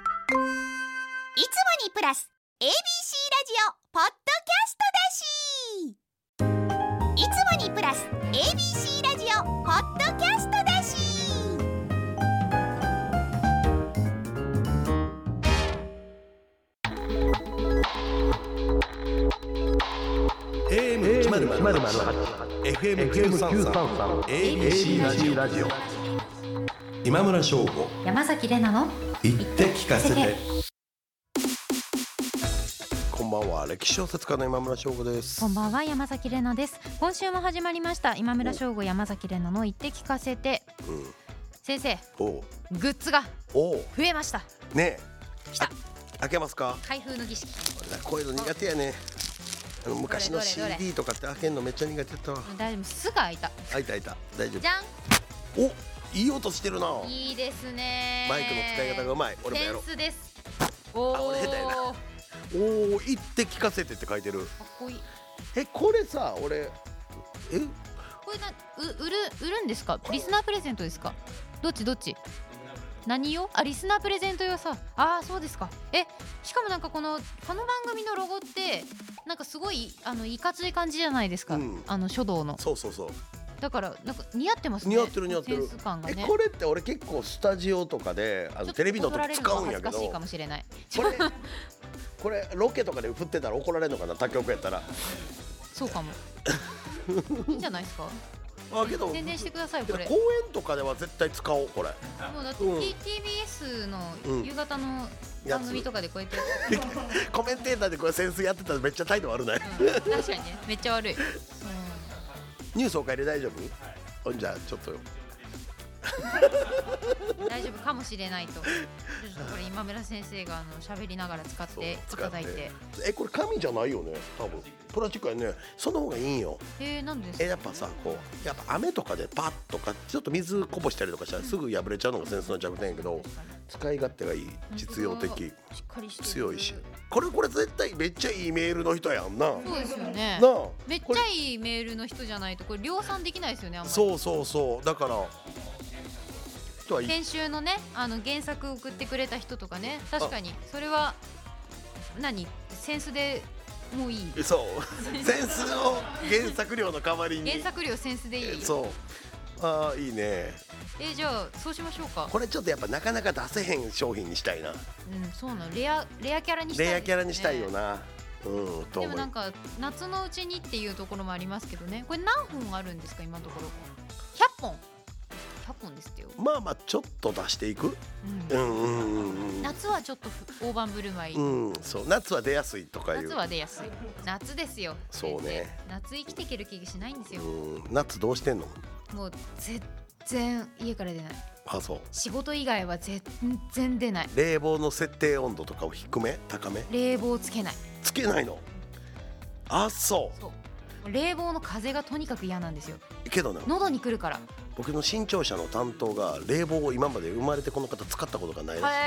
いつもにプラス ABC ラジオポッドキャストだしいつもにプラス ABC ラジオポッドキャストだしまるま FM933 ABC ラジオラジオ今村翔吾山崎れなの言って聞かせてこんばんは歴史小説家の今村翔吾ですこんばんは山崎れなです今週も始まりました今村翔吾山崎れなの言って聞かせてうん先生おうグッズがおう増えましたねえ来たあ開けますか開封の儀式俺こういうの苦手やねあの昔のどれどれどれ CD とかって開けんのめっちゃ苦手だったわ大丈夫すぐ開いた開いた開いた大丈じゃ夫おいい音してるなんいいですねマイクの使い方がうまい俺もセやろンうスですおあお俺下手やなかっおお言って聞かせてって書いてるこいいえこれさ俺えこれなう売る売るんですかリスナープレゼントですかどっちどっち何用あリスナープレゼント用さあーそうですかえしかもなんかこのこの番組のロゴってなんかすごいあのいかつい感じじゃないですか、うんあの書道のそうそうそうだからなんか似合ってますね似合ってる似合ってるセンス感がえねこれって俺結構スタジオとかであちのょっとテレビの怒られ時る使のうんはや恥ずけどかしいかこもしれないれこれロケとかで振ってたら怒られるのかな他局やったらそう かもいいんじゃないですかあけど宣伝してくださいけこどれ公演とかでは絶対使おうこれもうだって、うん T- TBS うのん夕方のや番つ組とかでこうやって、 コメンテーターでこれセンスやってたらめっちゃ態度悪ないうん確かにねめっちゃ悪い、うんニュースおかえり大丈夫ほんじゃあちょっと大丈夫かもしれないと。ちょっとこれ今村先生があの喋りながら使っそうてい使たっだいて。てえこれ紙じゃないよね多分プラスチックやねその方がいいんよえー、なんでですえか。やっぱさこうやっぱ雨とかでパッとかちょっと水こぼしたりとかしたらすぐ破れちゃうのがセンスの弱点やけど使い勝手がいい実用的しっかりしてる強いしこれこれ絶対めっちゃいいメールの人やんななそうですよね。あめっちこれゃいいメールの人じゃないとこれ量産できないですよねあんまり。そうそうそうだから人はいい先週のねあの原作送ってくれた人とかね確かにそれは何センスでもういい。そう センスを原作料の代わりに原作量センスでいいえ。そうああいいねえーじゃあそうしましょうか。これちょっとやっぱなかなか出せへん商品にしたいなうんそうなのレアレアキャラにしたい、レアキャラにしたいよ。な、うんとで思もうなんか夏のうちにっていうところもありますけどねこれ何本あるんですか今のところ100本100本ですってよ、まあまあちょっと出していくううんんうんうん夏はちょっとふ大盤振る舞い、うんうんそう夏は出やすいとかいう夏は出やすい夏ですよそうね先生夏生きていける気がしないんですようん夏どうしてんのもう全然家から出ないあそう仕事以外は全然出ない冷房の設定温度とかを低め高め冷房つけないつけないのあそそう冷房の風がとにかく嫌なんですようけどね喉に来るから僕の新潮社の担当が冷房を今まで生まれてこの方使ったことがないらしへ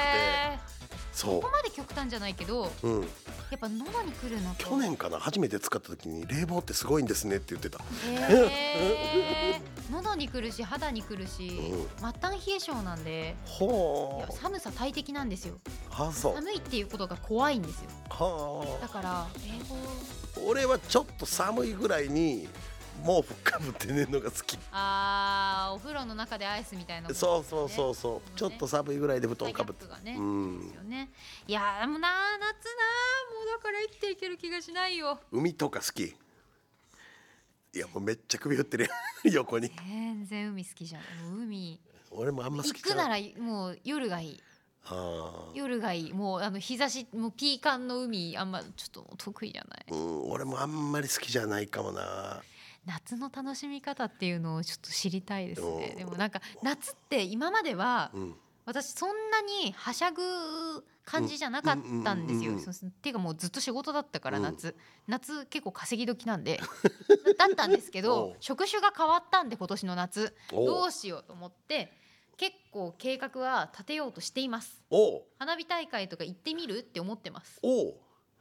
えくてそここまで極端じゃないけどう、うん、やっぱ喉に来るのと去年かな初めて使った時に冷房ってすごいんですねって言ってたへー喉にくるし肌にくるしうん末端冷え性なんでいほや寒さ大敵なんですようあそう寒いっていうことが怖いんですよはだから冷房あ俺はちょっと寒いぐらいに毛布かぶって寝るのが好きあーお風呂の中でアイスみたいなことそうそうそうそう、ちょっと寒いぐらいで布団体かぶって格がね、うんですよねいやーもうなー夏なーもうだから生きていける気がしないよ海とか好きいやもうめっちゃ首振ってるやん 横に全然海好きじゃんもう海俺もあんま好行きじくゃないならもう夜がいいあー夜がいいもうあの日差しもうピーカンの海あんまちょっと得意じゃないうん、俺もあんまり好きじゃないかもな夏の楽しみ方っていうのをちょっと知りたいですねうんでもなんか夏って今まではうん私そんなにはしゃぐ感じじゃなかったんですうんうんうんうよんそうすっていうかもうずっと仕事だったからうん夏、夏結構稼ぎ時 なんでだったんですけおうど職種が変わったんで今年の夏おうどうしようと思って結構計画は立てようとしていますおう花火大会とか行ってみるって思ってますおう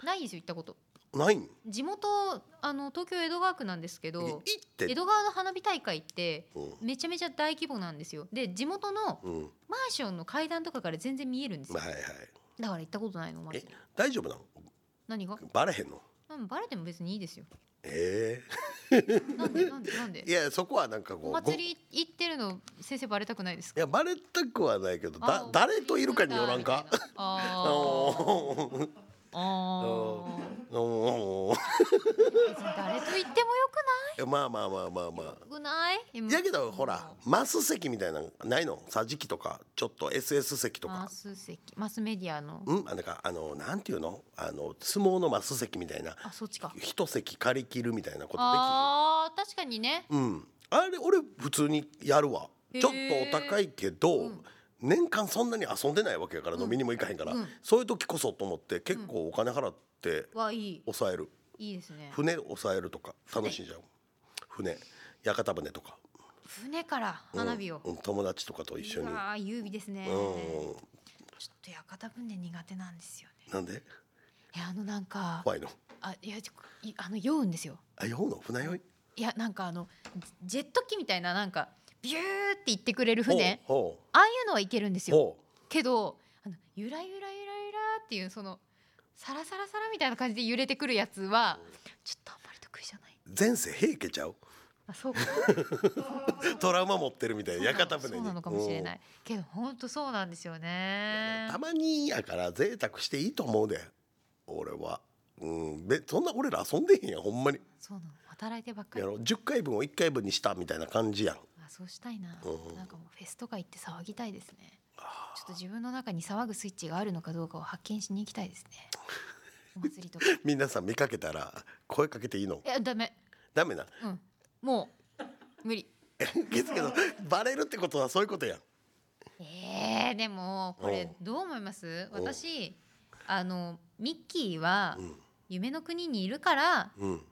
ないですよ行ったことないん地元あの東京江戸川区なんですけいいっど江て戸川の花火大会ってうん、めちゃめちゃ大規模なんですよで地元のうん、マンションの階段とかから全然見えるんですよはいはいだから行ったことないのマジえで大丈夫なの何がバレへんのうんバレても別にいいですよえなんでなんでなんでえいやそこはなんかこうおご祭り行ってるの先生バレたくないですいかやバレたくはないけどあだー誰といるかによらんかみたいなああーのあーおー別に誰と言ってもよいやまあまあまあまあまあくないよくないやけどほらマス席みたいなのないの桟敷とかちょっと SS 席とマかス席マスメディアのうんあなんかあのなんていうのあの相撲のマス席みたいなあそっちか一席借り切るみたいなことであー確かにねきるうんあれ俺普通にやるわへーちょっとお高いけど、うん年間そんなに遊んでないわけやからうん飲みにも行かへんから、うんそういう時こそと思って結構お金払ってわいい抑えるいいですね船抑えるとか楽しいじゃん船屋形船とか、船からうん花火をうん友達とかと一緒にああ優美ですねちうょんっと屋形船苦手なんですよねなんでいやあのなんか怖いのあいやちょいあの酔うんですよあ酔うの船酔いいやなんかあのジェジェット機みたいななんかビューって行ってくれる船ほああいうのはいけるんですうよほけどあのゆらゆらゆらゆらっていうそのサラサラサラみたいな感じで揺れてくるやつはちょっとあんまり得意じゃないう前世平家ちゃうあそうかトラウマ持ってるみたいな 屋形船そうになのかもしれないいけど本当そうなんですよねたまにやから贅沢していいと思うで俺はうんべそんな俺ら遊んでへんやんほんまにそうなの働いてばっかやりろ10回分を1回分にしたみたいな感じやん あそうしたいな、うんなんかもうフェスとか行って騒ぎたいですねあちょっと自分の中に騒ぐスイッチがあるのかどうかを発見しに行きたいですね お祭りとかい皆さん見かけたら声かけていいのやダメダメな うんもう無理ですけどバレるってことはそういうことやんえー、でもこれどう思いますうん私あのミッキーはうん夢の国にいるからうん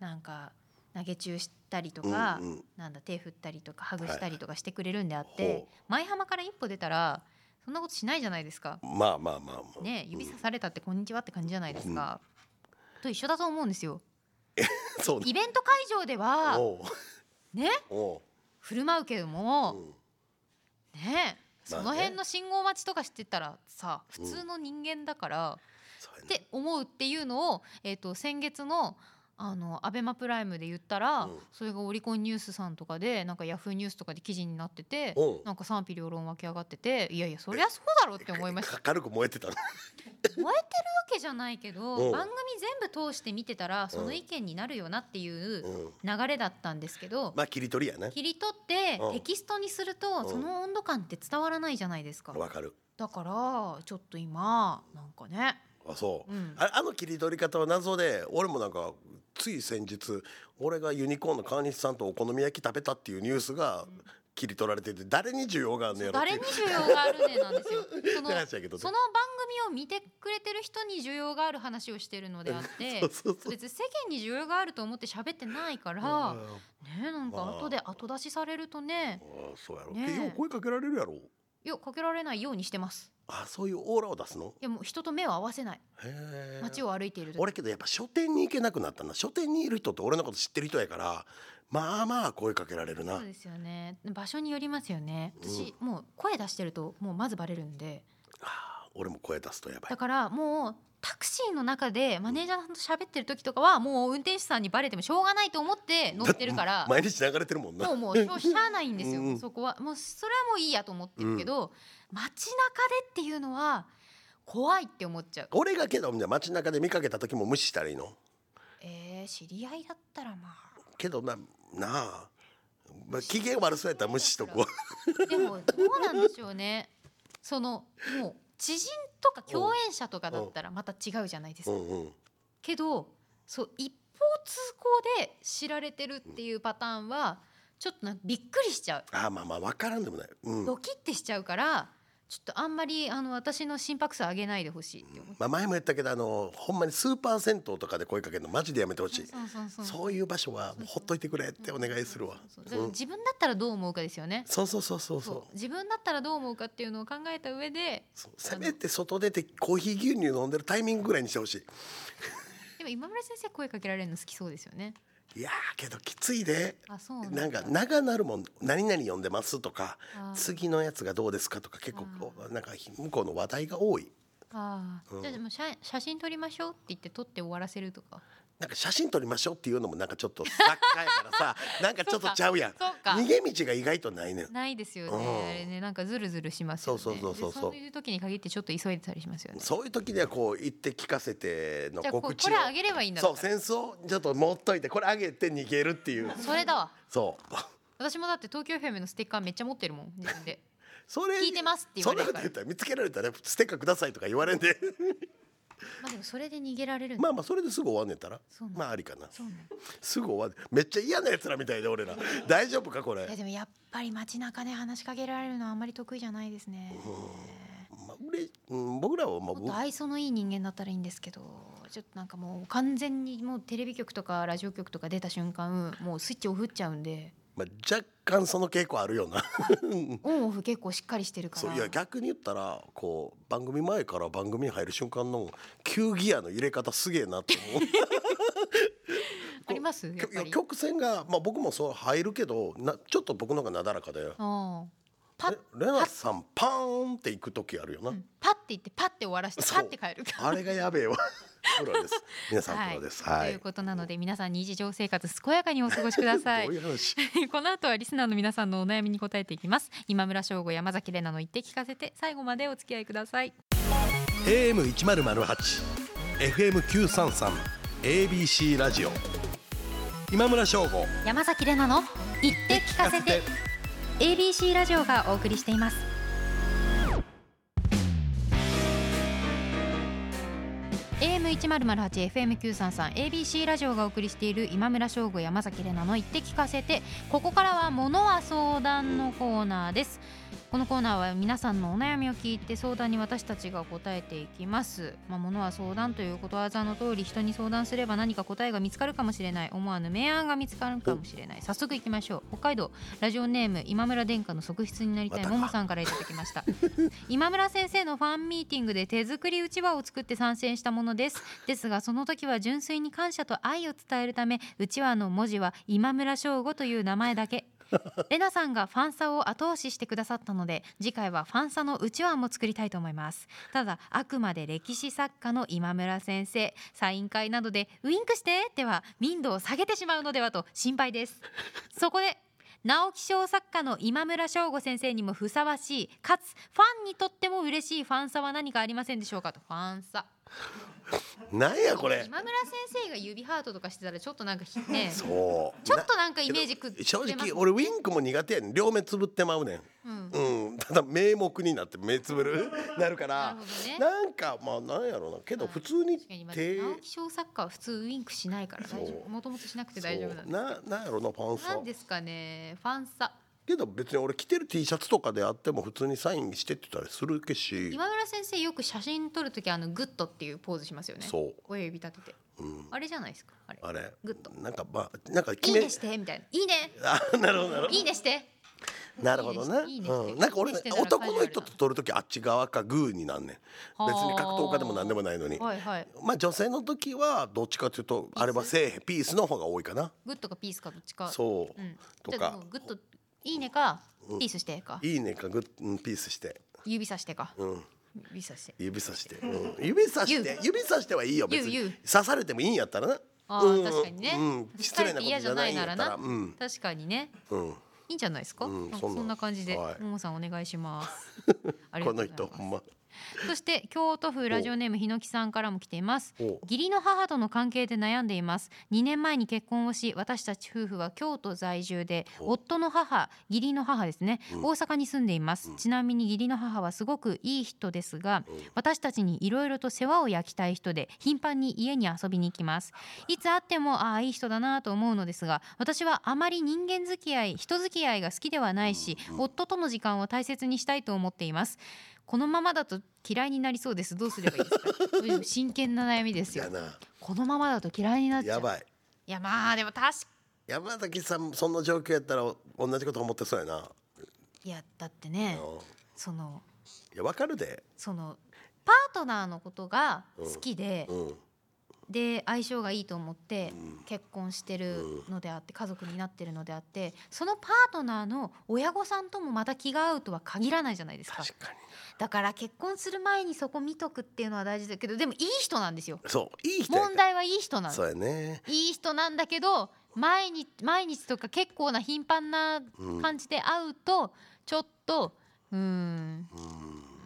なんか投げ中したりとか、うんうんなんだ手振ったりとかハグしたりとかしてくれるんであって、ほ舞浜から一歩出たらそんなことしないじゃないですか。まあまあまあまあねえ指うんさされたってこんにちはって感じじゃないですか。と一緒だと思うんですよ。そうねイベント会場ではおうねおう振る舞うけどうも、んねえまあそねの辺の信号待ちとかしてたらさ普うん通の人間だから、そうやっなて思うっていうのを、えー、と先月のあのアベマプライムで言ったら、うんそれがオリコンニュースさんとかでなんかヤフーニュースとかで記事になってて、うんなんか賛否両論湧き上がってていやいやそりゃそうだろうって思いましたわか軽く燃えてたけじゃないけど、うん番組全部通して見てたらその意見になるよなっていううん流れだったんですけど、まあ切り取りやね切り取ってうんテキストにすると、うんその温度感って伝わらないじゃないですか、わかるだからちょっと今なんかね、あそう、うんああの切り取り方は謎で俺もなんかつい先日俺がユニコーンの川西さんとお好み焼き食べたっていうニュースが切り取られてて誰に需要があんねやろって誰いにう需要があるねなんですよ その話やけどねその番組を見てくれてる人に需要がある話をしてるのであってそうそうそう別に世間に需要があると思って喋ってないからうんねあえなんかまあ後で後出しされるとねーそうやろ、ねえでよう声かけられるやろいやかけられないようにしてますあそういうオーラを出すのいやもう人と目を合わせないへえ街を歩いている時俺けどやっぱ書店に行けなくなったな書店にいる人って俺のこと知ってる人やからまあまあ声かけられるなそうですよね場所によりますよね私、もう声出してるともうまずバレるんであー俺も声出すとやばだいからもうタクシーの中でマネージャーさんと喋ってる時とかはもう運転手さんにバレてもしょうがないと思って乗ってるから毎日流れてるもんなもうもうしょうしゃあないんですよ、うんそこはもうそれはもういいやと思ってるけど、街中でっていうのは怖いって思っちゃう俺がけどじゃあ街中で見かけた時も無視したらいいのえー、知り合いだったらまあけどななあ、まあ、機嫌悪そうやったら無視しとくわでもどうなんでしょうねそのもう知人とか共演者とかだったらまた違うじゃないですうか、んうんけどそう一方通行で知られてるっていうパターンはちょっとなんかびっくりしちゃうあーまあまあ分からんでもない、うんドキッてしちゃうからちょっとあんまりあの私の心拍数上げないでほしいって思うまあ、前も言ったけどあのほんまにスーパー銭湯とかで声かけるのマジでやめてほしいそうそうそうそういう場所はもうほっといてくれってお願いするわそううそうそうだからん自分だったらどう思うかですよね。そうそうそうそうそうそう自分だったらどう思うかっていうのを考えた上で、そうせめて外出てコーヒー牛乳飲んでるタイミングぐらいにしてほしでも今村先生声かけられるの好きそうですよね。いいやーけどきついであ、そうなんだ。なんか長なるもん何々読んでますとかあー次のやつがどうですかとか結構あーなんか向こうの話題が多いああ、うんじゃあでも写写真撮りましょうって言って撮って終わらせるとかなんか写真撮りましょうっていうのもなんかちょっ と作家やからさなんかちょっとちゃうやんそうか逃げ道が意外とないねんないですよね、うんあれねなんかズルズルしますよねそうそうそうそうそうでそういう時に限ってちょっと急いでたりしますよねそういう時にはこう言って聞かせてのじゃあこ告知こをれあげればいいんだそうセンスをちょっと持っといてこれあげて逃げるっていうそれだわそう私もだって東京 FM のステッカーめっちゃ持ってるもん自分 でそれ聞いてますって言われるそんかなこと言らったら見つけられたらステッカーくださいとか言われんでまあでもそれで逃げられる んだまあまあそれですぐ終わんねんたらそうなんまあありかなそうなんだすぐ終わんめっちゃ嫌なやつらみたいで俺 ら大丈夫かこれいやでもやっぱり街中で話しかけられるのはあまり得意じゃないですねまあ、うれうん、僕らはまあもっと僕愛想のいい人間だったらいいんですけどちょっとなんかもう完全にもうテレビ局とかラジオ局とか出た瞬間もうスイッチオフっちゃうんでまあ、若干その傾向あるよなオンオフ結構しっかりしてるから そういや逆に言ったらこう番組前から番組に入る瞬間の急ギアの入れ方すげえなって 思うありますやっきぱょり曲線が、まあ、僕もそう入るけどなちょっと僕の方がなだらかでああパッレ、レナさんパーンって行く時あるよな、うんパッて言ってパッて終わらせてそうパッて帰 るあれがやべえわプロです皆さんプロですはとい、いうことなので皆さん日常生活健やかにお過ごしくださいどういう話 この後はリスナーの皆さんのお悩みに答えていきます今村翔吾山崎怜奈の言って聞かせて最後までお付き合いください AM 一ゼロゼロ八、FM 九三三、ABC ラジオ。今村翔吾。山崎怜奈の言って聞かせて ABC ラジオがお送りしています1 0 0 8 FM 九三三 ABC ラジオがお送りしている今村翔吾山崎怜奈の言って聞かせてここからはものは相談のコーナーですこのコーナーは皆さんのお悩みを聞いて相談に私たちが答えていきますまあものは相談ということわざの通り人に相談すれば何か答えが見つかるかもしれない思わぬ明暗が見つかるかもしれない早速いきましょう北海道ラジオネーム今村殿下の側室になりたいまたもかもさんからいただきました今村先生のファンミーティングで手作りうちわを作って参戦したものですですがその時は純粋に感謝と愛を伝えるためうちわの文字は今村翔吾という名前だけレナさんがファンサを後押ししてくださったので次回はファンサのうちわも作りたいと思いますただあくまで歴史作家の今村先生サイン会などでウインクしてでは民度を下げてしまうのではと心配ですそこで直木賞作家の今村翔吾先生にもふさわしいかつファンにとっても嬉しいファンサは何かありませんでしょうかとファンサなんやこれ。今村先生が指ハートとかしてたらちょっとなんかひねちそう。ょっとなんかイメージくっつなけ正ます直俺ウインクも苦手やねん両目つぶってまうねんうんうんただ名目になって目つぶ るなるかならるほどねなんかまあなんやろうなけど普通に確かにまあ手直木賞作家は普通ウインクしないから大丈そ夫うもともとしなくて大丈夫なんそうですななんやろうなパンサなんーですかねファンサけど別に俺着てる T シャツとかであっても普通にサインしてってたりするけし今村先生よく写真撮るときあのグッドっていうポーズしますよねそう親指立ててうんあれじゃないですかあれあれグッドなんかまあなんかい決いめねしてみたいないいねあなるほどなるほどいいねしてなるほどねいいねしていいねうしてん、なんか俺いいねして男の人と撮る時あっち側かグーになんねんは あ別に格闘家でも何でもないのにはいはいまあ女性の時はどっちかというとあれはせえへんピースの方が多いかなグッドかピースかどっちかそう、ん、とじゃあかもうグッドいいねかうんピースしてかいいねかグッうんピースして、指さしてかうん、指さして指さして、 うん、指さして指さしてはいいよ別に言う言う刺されてもいいんやったらなあうーん確かにねうん、失礼なことじゃないんやったら嫌じゃないならなうん確かにねうん、いいんじゃないですか、うんなんかそんそなんんな感じで、はいももさんお願いします ありがことのうござ人いほまんま。すそして京都府ラジオネームひのきさんからも来ていますお義理の母との関係で悩んでいます2年前に結婚をし私たち夫婦は京都在住でお夫の母義理の母ですね、うん大阪に住んでいます、うんちなみに義理の母はすごくいい人ですが、うん私たちにいろいろと世話を焼きたい人で頻繁に家に遊びに行きますいつ会ってもああいい人だなと思うのですが私はあまり人間付き合い人付き合いが好きではないし、夫との時間を大切にしたいと思っていますこのままだと嫌いになりそうですどうすればいい ですか真剣な悩みですよやなこのままだと嫌いになっちゃうやばいいやまあでも確か山崎さんそんな状況やったらお同じこと思ってそうやな、いやだってうんねいそのやわかるでそのパートナーのことが好きで、うんで相性がいいと思ってうん結婚してるのであって家族になってるのであってそのパートナーの親御さんともまた気が合うとは限らないじゃないですか確かにだから結婚する前にそこ見とくっていうのは大事だけどでもいい人なんですよそういい人やから問題はいい人なのそうやねいい人なんだけど毎日毎日とか結構な頻繁なうん、うん感じで会うとちょっとうーん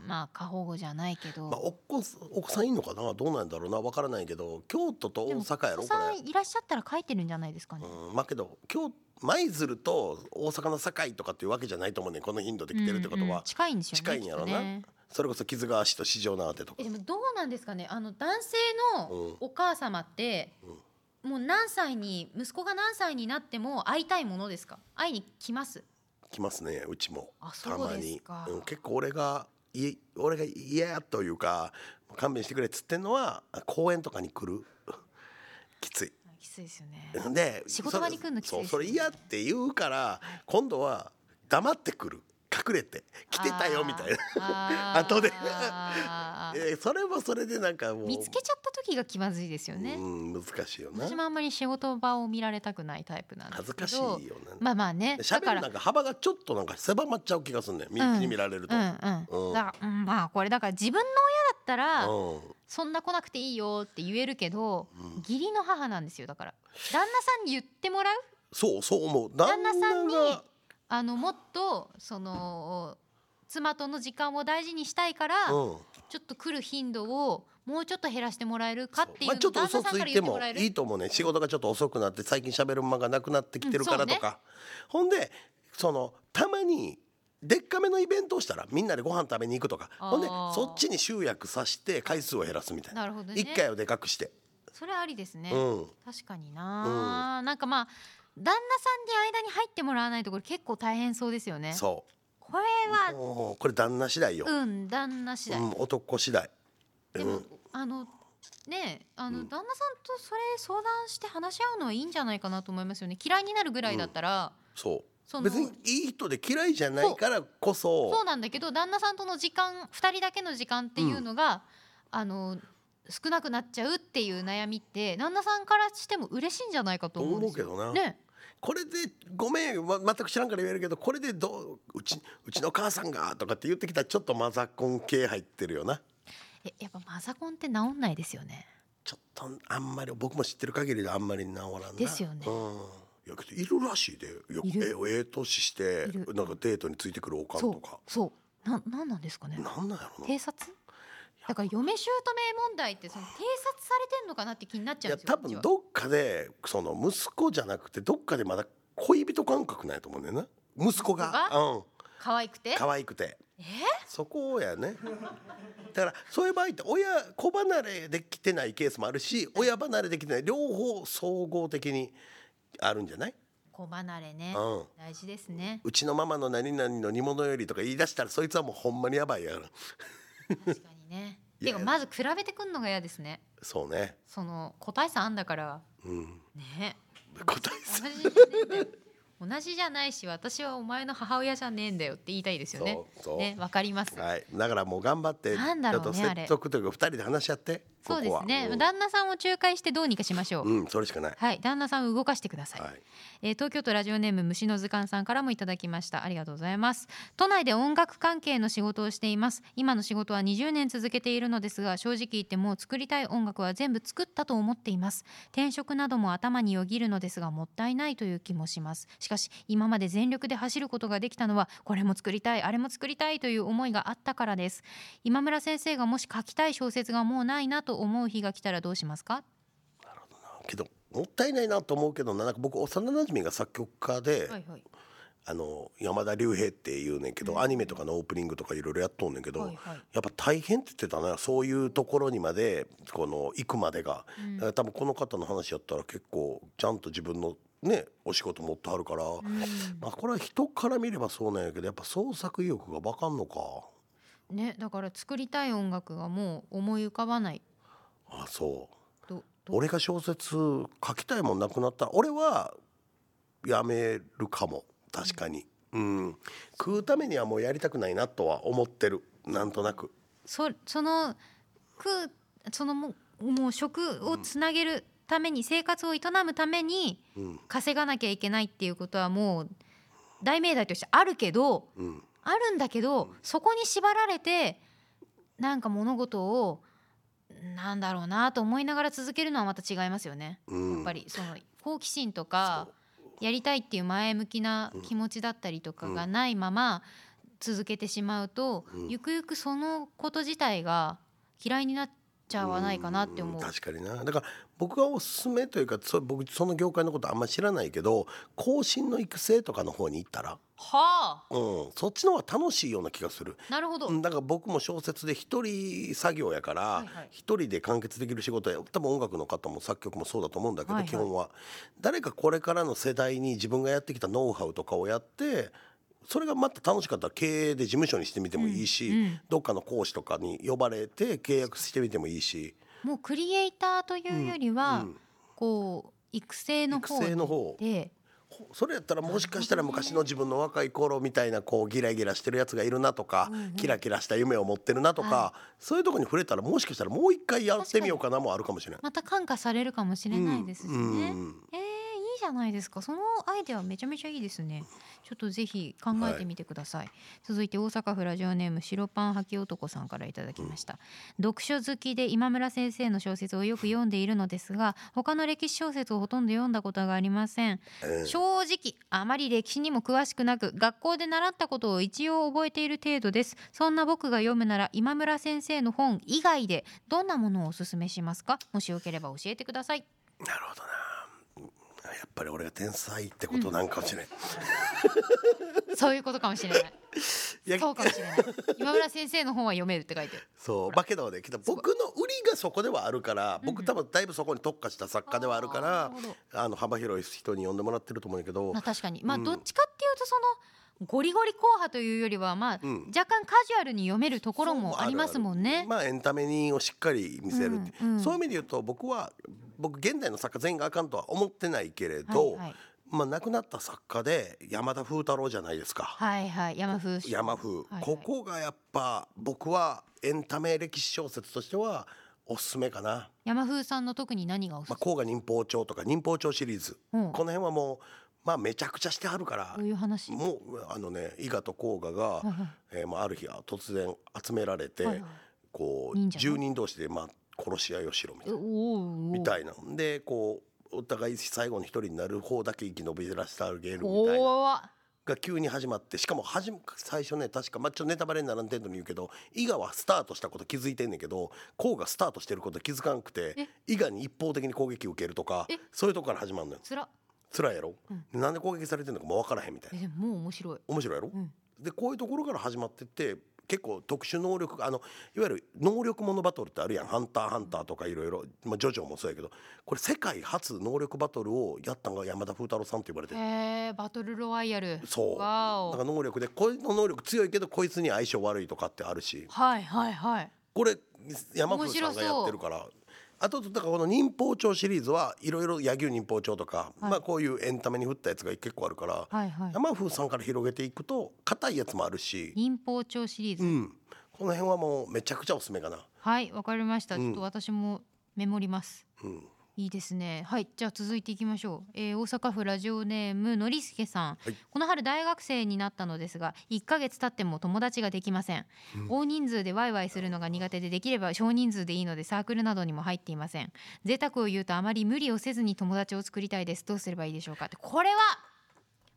まあ過保護じゃないけまあ、どお子さんお子さんいんのかなどうなんだろうなわからないけど京都とで大も阪やおろ子こされんいらっしゃったら書いてるんじゃないですかね。うん、まあけど今日舞鶴と大阪の堺とかっていうわけじゃないと思うねんこの頻度で来てるってことは、うんうん近いんですよね。近いんやろなきっとねそれこそ木津川市と四条縄手とかえでもどうなんですかねあの男性うんのお母様って、もう何歳に息子が何歳になっても会いたいものですか会いに来ます来ますねうちもあたそうまですにか、うん、結構俺がい俺が嫌やというか勘弁してくれっつってんのは公園とかに来る きついきついですよ ねで仕事場に来るのきついそですうねそれ嫌って言うから今度は黙ってくる隠れて来てたよみたいなな後で あーえーそれもそれでなんかもう見つけちゃった時が気まずいですよね、うん難しいよな私もあんまり仕事場を見られたくないタイプなんです恥ずけどかしいよなまあまあねだ喋かるらなんか幅がちょっとなんか狭まっちゃう気がするねみうんんに見られるとうんうん、うんだから、うん、まあこれだから自分の親だったら、うんそんな来なくていいよって言えるけど、うん義理の母なんですよだから旦那さんに言ってもらうそうそう思う旦那さんにがあのもっとその妻との時間を大事にしたいから、うんちょっと来る頻度をもうちょっと減らしてもらえるかっていうまのあ、ちょっと旦那嘘つさんかいらて言ってももらえるいいと思うね仕事がちょっと遅くなって最近喋る間がなくなってきてるからとか、ほんでそのたまにでっかめのイベントをしたらみんなでご飯食べに行くとかあーほんでそっちに集約させて回数を減らすみたいななるほどね一、回をでかくして、それありですね、うん確かにな、なんかまあ旦那さんに間に入ってもらわないとこれ結構大変そうですよねそこれうはもうこれ旦那次第よ、うん旦那次第、うん男次第でうもん、あのねえあの、うん旦那さんとそれ相談して話し合うのはいいんじゃないかなと思いますよね嫌いになるぐらいだったら、そそうの別にいい人で嫌いじゃないからこそそうなんだけど旦那さんとの時間2人だけの時間っていうのが、あの少なくなっちゃうっていう悩みって旦那さんからしても嬉しいんじゃないかとと思うん思でうすけよ。どな、ねこれでごめん、ま、全く知らんから言えるけどこれでどううちうちの母さんがとかって言ってきたらちょっとマザコン系入ってるよなえやっぱマザコンって治んないですよね。ちょっとあんまり僕も知ってる限りであんまり治らんなですよねうんいやけどいるらしいでよいるえええ年しているなんかデートについてくるおかんそとうかそうななんなんですかね。なんなんやろな偵察だから嫁姑問題ってその偵察されてんのかなって気になっちゃいうんやで多すよ。こっち分はどっかでその息子じゃなくてどっかでまだ恋人感覚ないと思うねんだよな息子が息子うん可愛くて可愛くてえそこやねだからそういう場合って親子離れできてないケースもあるし親離れできてない両方総合的にあるんじゃない、子離れねうん、大事ですねうちのママの何々の煮物よりとか言い出したらそいつはもうほんまにやばいやから確かにね いやてかまず比べてくんのが嫌ですねそうねその個体差あんだからうんね答え同さじじゃねえんだよ同じじゃないし私はお前の母親じゃねえんだよって言いたいですよねそうそうねわかります、はいだからもう頑張ってなんだろうちょねっと説得というか二人で話し合ってここそうはですね、うん旦那さんを仲介してどうにかしましょう、うん、それしかない、はい旦那さんを動かしてください、はい、えー東京都ラジオネーム虫の図鑑さんからもいただきましたありがとうございます都内で音楽関係の仕事をしています今の仕事は20年続けているのですが正直言ってもう作りたい音楽は全部作ったと思っています転職なども頭によぎるのですがもったいないという気もしますしかし今まで全力で走ることができたのはこれも作りたいあれも作りたいという思いがあったからです今村先生がもし書きたい小説がもうないなと思う日が来たらどうしますかけどもったいないなと思うけどななんか僕幼馴染が作曲家で、はいはいあの山田龍平っていうねんけど、うんアニメとかのオープニングとかいろいろやっとんねんけど、はいはいやっぱ大変って言ってたなそういうところにまでこの行くまでが、うんだから多分この方の話やったら結構ちゃんと自分のねお仕事持ってはるから、うんまあこれは人から見ればそうなんやけどやっぱ創作意欲がわかんのかねだから作りたい音楽がもう思い浮かばないあそうと俺が小説書きたいもんなくなったら俺はやめるかも確かに、うん、食うためにはもうやりたくないなとは思ってるなんとなく。そそのくそのももう食をつなげるために生活を営むためにうん稼がなきゃいけないっていうことはもう大命題としてあるけどうんあるんだけどそこに縛られてなんか物事をなんだろうなと思いながら続けるのはまた違いますよね。うんやっぱりその好奇心とかそやりたいっていう前向きな気持ちだったりとかがないまま続けてしまうと、うんゆくゆくそのこと自体が嫌いになっちゃわないかなって思う。確かになだから僕がおすすめというかそ僕その業界のことあんま知らないけど後進の育成とかの方に行ったら、はあうん、そっちの方が楽しいような気がするなるほど、うんだから僕も小説で一人作業やからいはい一人で完結できる仕事や多分音楽の方も作曲もそうだと思うんだけはいどはい基本は誰かこれからの世代に自分がやってきたノウハウとかをやってそれがまた楽しかったら経営で事務所にしてみてもいいし、うんうんどっかの講師とかに呼ばれて契約してみてもいいし、もうクリエイターというよりは、うんこう育成の方育成の方でほそれやったらもしかしたら昔の自分の若い頃みたいなこうギラギラしてるやつがいるなとかうんうんキラキラした夢を持ってるなとかそういうとこに触れたらもしかしたらもう一回やってみようかなもあるかもしれない。また感化されるかもしれないですしね。うんうんえー、いいじゃないですかそのアイデアめちゃめちゃいいですねちょっとぜひ考えてみてください、続いて大阪府ラジオネーム白パンはき男さんからいただきました、読書好きで今村先生の小説をよく読んでいるのですが他の歴史小説をほとんど読んだことがありませんえー正直あまり歴史にも詳しくなく学校で習ったことを一応覚えている程度ですそんな僕が読むなら今村先生の本以外でどんなものをおすすめしますかもしよければ教えてくださいなるほどな。やっぱり俺が天才ってことなんかもしれない。そういうことかもしれないいやそうかもしれない。今村先生の本は読めるって書いてる。そうだけどねけど僕の売りがそこではあるからうんう僕ん多分だいぶそこに特化した作家ではあるかあーらなるほどあの幅広い人に呼んでもらってると思うんだけどまあ確かに、まあうんどっちかっていうとそのゴリゴリ硬派というよりはまあ、うん若干カジュアルに読めるところもありますもんね。まあエンタメにをしっかり見せるって、うんうんそういう意味で言うと僕は僕現代の作家全員があかんとは思ってないけれど、はいはいまあ、亡くなった作家で山田風太郎じゃないですか、はいはい山風山風、いはいここがやっぱ僕はエンタメ歴史小説としてはおすすめかな、山風さんの特に何がおすすまあ、め、甲賀忍法帳とか忍法帳シリーズ、うんこの辺はもう、まあ、めちゃくちゃしてはるからどういう話？もうあのね伊賀と甲賀が、はいはいえーまあ、ある日は突然集められて、はいはいこう忍者の住人同士で、まあ、殺し合いをしろみたいなえおーおーみたいなでこうお互い最後の一人になる方だけ生き延びらせてあげるみたいなおーが急に始まってしかもはじめ最初ね確かまあちょっとネタバレにならん程度に言うけど伊賀はスタートしたこと気づいてんねんけどこうがスタートしてること気づかんくてえ伊賀に一方的に攻撃を受けるとかえそういうとこから始まるのよつら辛いやろ、うんでなんで攻撃されてんのかも分からへんみたいえなでももう面白い。面白いやろ、うんでこういうところから始まってって結構特殊能力あのいわゆる能力ものバトルってあるやん「ハンターハンター」とかいろいろまあジョジョもそうやけどこれ世界初能力バトルをやったのが山田風太郎さんって言われてるへえバトルロワイヤル。そうわなんおか能力でこの能力強いけどこいつに相性悪いとかってあるしはいはいはい。これ山風さんがやってるから。あとだからこの忍法帳シリーズはいろいろ柳生忍法帳とか、はいまあこういうエンタメに振ったやつが結構あるから、はいはい。山風さんから広げていくと硬いやつもあるし、忍法帳シリーズう。ん、この辺はもうめちゃくちゃおすすめかな。はい、わかりました。うんちょっと私もメモります。うんいいですね。はい、じゃあ続いていきましょう。えー大阪府ラジオネームのりすけさん、はいこの春大学生になったのですが、1ヶ月経っても友達ができません。大人数でワイワイするのが苦手で、できれば少人数でいいのでサークルなどにも入っていません。贅沢を言うとあまり無理をせずに友達を作りたいです。どうすればいいでしょうかって。これは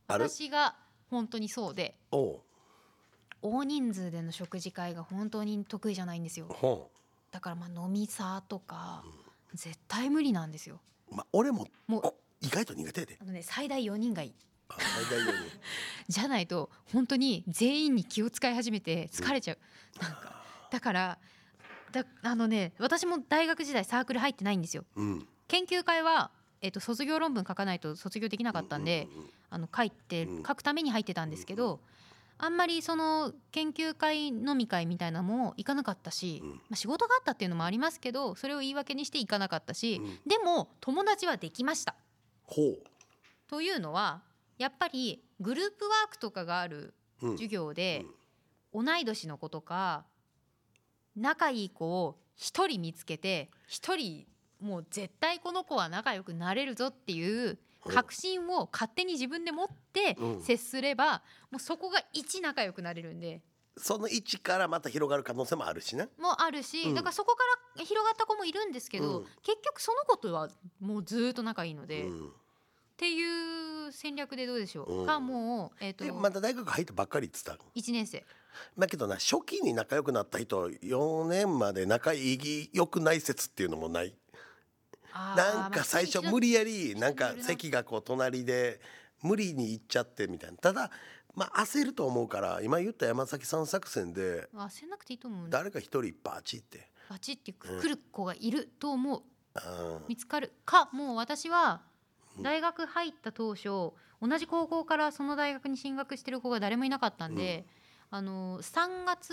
ある私が本当にそうで、おう大人数での食事会が本当に得意じゃないんですよ。ほだからまあ飲みさとか絶対無理なんですようまあ、俺ももうこ意外と苦手や であのね最大4人がいいあ最大よりじゃないと本当に全員に気を使い始めて疲れちゃう、なんかだからだあのね私も大学時代サークル入ってないんですようん研究会は、えっと卒業論文書かないと卒業できなかったんで、うんうんうんあの書いてうん書くために入ってたんですけうんど、あんまりその研究会飲み会みたいなのも行かなかったし、うんまあ、仕事があったっていうのもありますけどそれを言い訳にして行かなかったし、うんでも友達はできました。ほというのはやっぱりグループワークとかがあるう、うん、授業で、同い年の子とか仲いい子を一人見つけて一人もう絶対この子は仲良くなれるぞっていう確信を勝手に自分で持ってうん接すれば、もうそこが一仲良くなれるんでその位置からまた広がる可能性もあるしねもあるし、うんだからそこから広がった子もいるんですけど、うん結局その子とはもうずーっと仲いいので、うっんていう戦略でどうでしょう、うんかもう、えっとでまだ大学入ったばっかりって言ってた1年生だけどな初期に仲良くなった人4年まで仲いい良くない説っていうのもないあーなんまかあ最一初度無理やりなん一緒かにいるな席がこう隣で無理に行っちゃってみたいなただまあ焦ると思うから今言った山崎さん作戦で焦んなくていいと思うね誰か一人バチって、バチってくうん来る子がいると思ううん見つかるかもう私はうん大学入った当初同じ高校からその大学に進学してる子が誰もいなかったんで、あの3月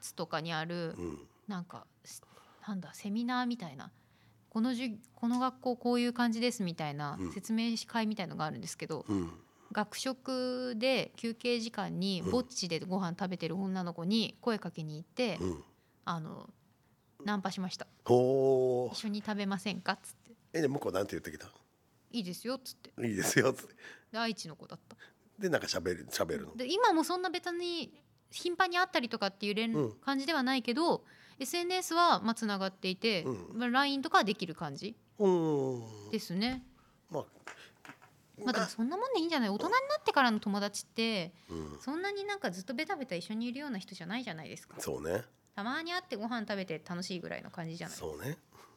末とかにあるうんなんかすなんだセミナーみたいなこの授この学校こういう感じですみたいなうん説明会みたいのがあるんですけど、うん学食で休憩時間にうんぼっちでご飯食べてる女の子に声かけに行って、うん、あのナンパしましたほ一緒に食べませんかっつってーえで向こうなんて言ってきたいいですよっつっていいですよつってで愛知の子だったでなんか喋る喋るので今もそんな別に頻繁に会ったりとかっていう連、うん感じではないけど SNS はまあつながっていて、うまあ LINE とかはできる感じうんですね、まあまあ、でもそんなもんでいいんじゃない大人になってからの友達ってうん、そんなになんかずっとベタベタ一緒にいるような人じゃないじゃないですかそうねたまに会ってご飯食べて楽しいぐらいの感じじゃないそうね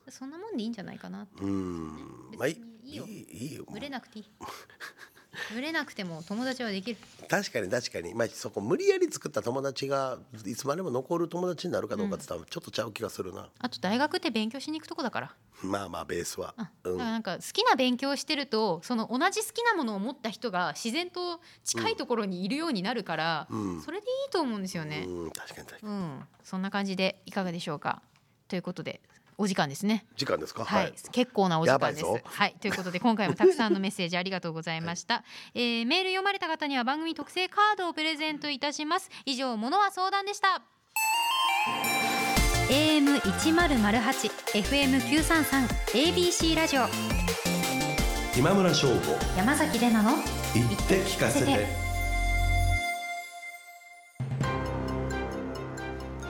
そんなもんでいいんじゃないかなってうんまあいい別にいいいよいいいよ群れなくていい群れなくても友達はできる確かに確かに、まあ、そこ無理やり作った友達がいつまでも残る友達になるかどうかって多分ちょっとちゃう気がするな、あと大学って勉強しに行くとこだからまあまあベースはあ、うだんからなんか好きな勉強してるとその同じ好きなものを持った人が自然と近いところにいるようになるから、うんそれでいいと思うんですよね。うん確かに確かうにん、そんな感じでいかがでしょうかということでお時間ですね。時間ですかはい、結構なお時間ですやばいぞ。はい、ということで今回もたくさんのメッセージありがとうございました。 えーメール読まれた方には番組特製カードをプレゼントいたします。以上ものは相談でした。AM 一0 0 8 FM 九三三 ABC ラジオ今村翔吾山崎れなの言って聞かせて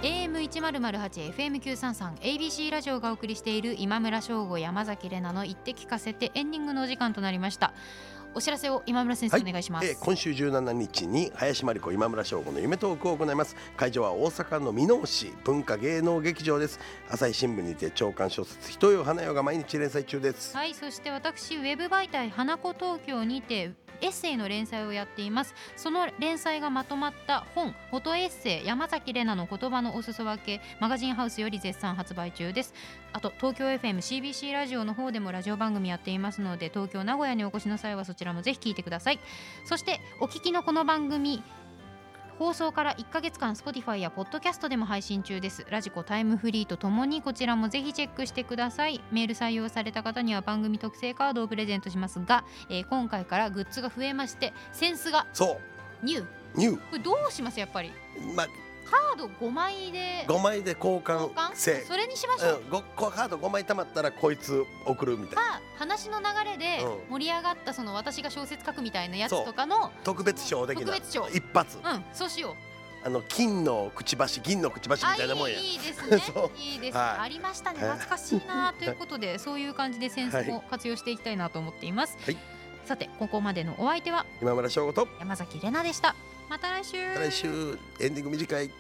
AM 一0 0 8 FM 九三三 ABC ラジオがお送りしている今村翔吾山崎れなの言って聞かせてエンディングのお時間となりました。お知らせを今村先生はお願いします。えー今週17日に林真理子今村翔吾の夢トークを行います会場は大阪の箕面市文化芸能劇場です朝日新聞にて長官小説「ひとよ花よ」が毎日連載中ですはい、そして私ウェブ媒体花子東京にてエッセイの連載をやっていますその連載がまとまった本フォトエッセイ山崎怜奈の言葉のおすそ分けマガジンハウスより絶賛発売中ですあと東京 FMCBC ラジオの方でもラジオ番組やっていますので東京名古屋にお越しの際はそちらもぜひ聞いてくださいそしてお聞きのこの番組放送から1ヶ月間 Spotify や Podcast でも配信中ですラジコタイムフリーとともにこちらもぜひチェックしてくださいメール採用された方には番組特製カードをプレゼントしますが、えー今回からグッズが増えましてセンスがそニューこうニュれどうしますやっぱりー、まあ、カード5枚で5枚で交換交換せそれにしましょう、うん、ごこうカード5枚貯まったらこいつ送るみたいなか話の流れでうん盛り上がったその私が小説書くみたいなやつとかの特別賞的な特別賞一発、うんそうしようあの金のくちばし銀のくちばしみあたいなもんやいいいいですね そういいですね、はいありましたねはい懐かしいなということでそういう感じでセンスも活用していきたいなと思っています、はいさてここまでのお相手は今村翔吾と山崎れなでしたまた来週来週エンディング短い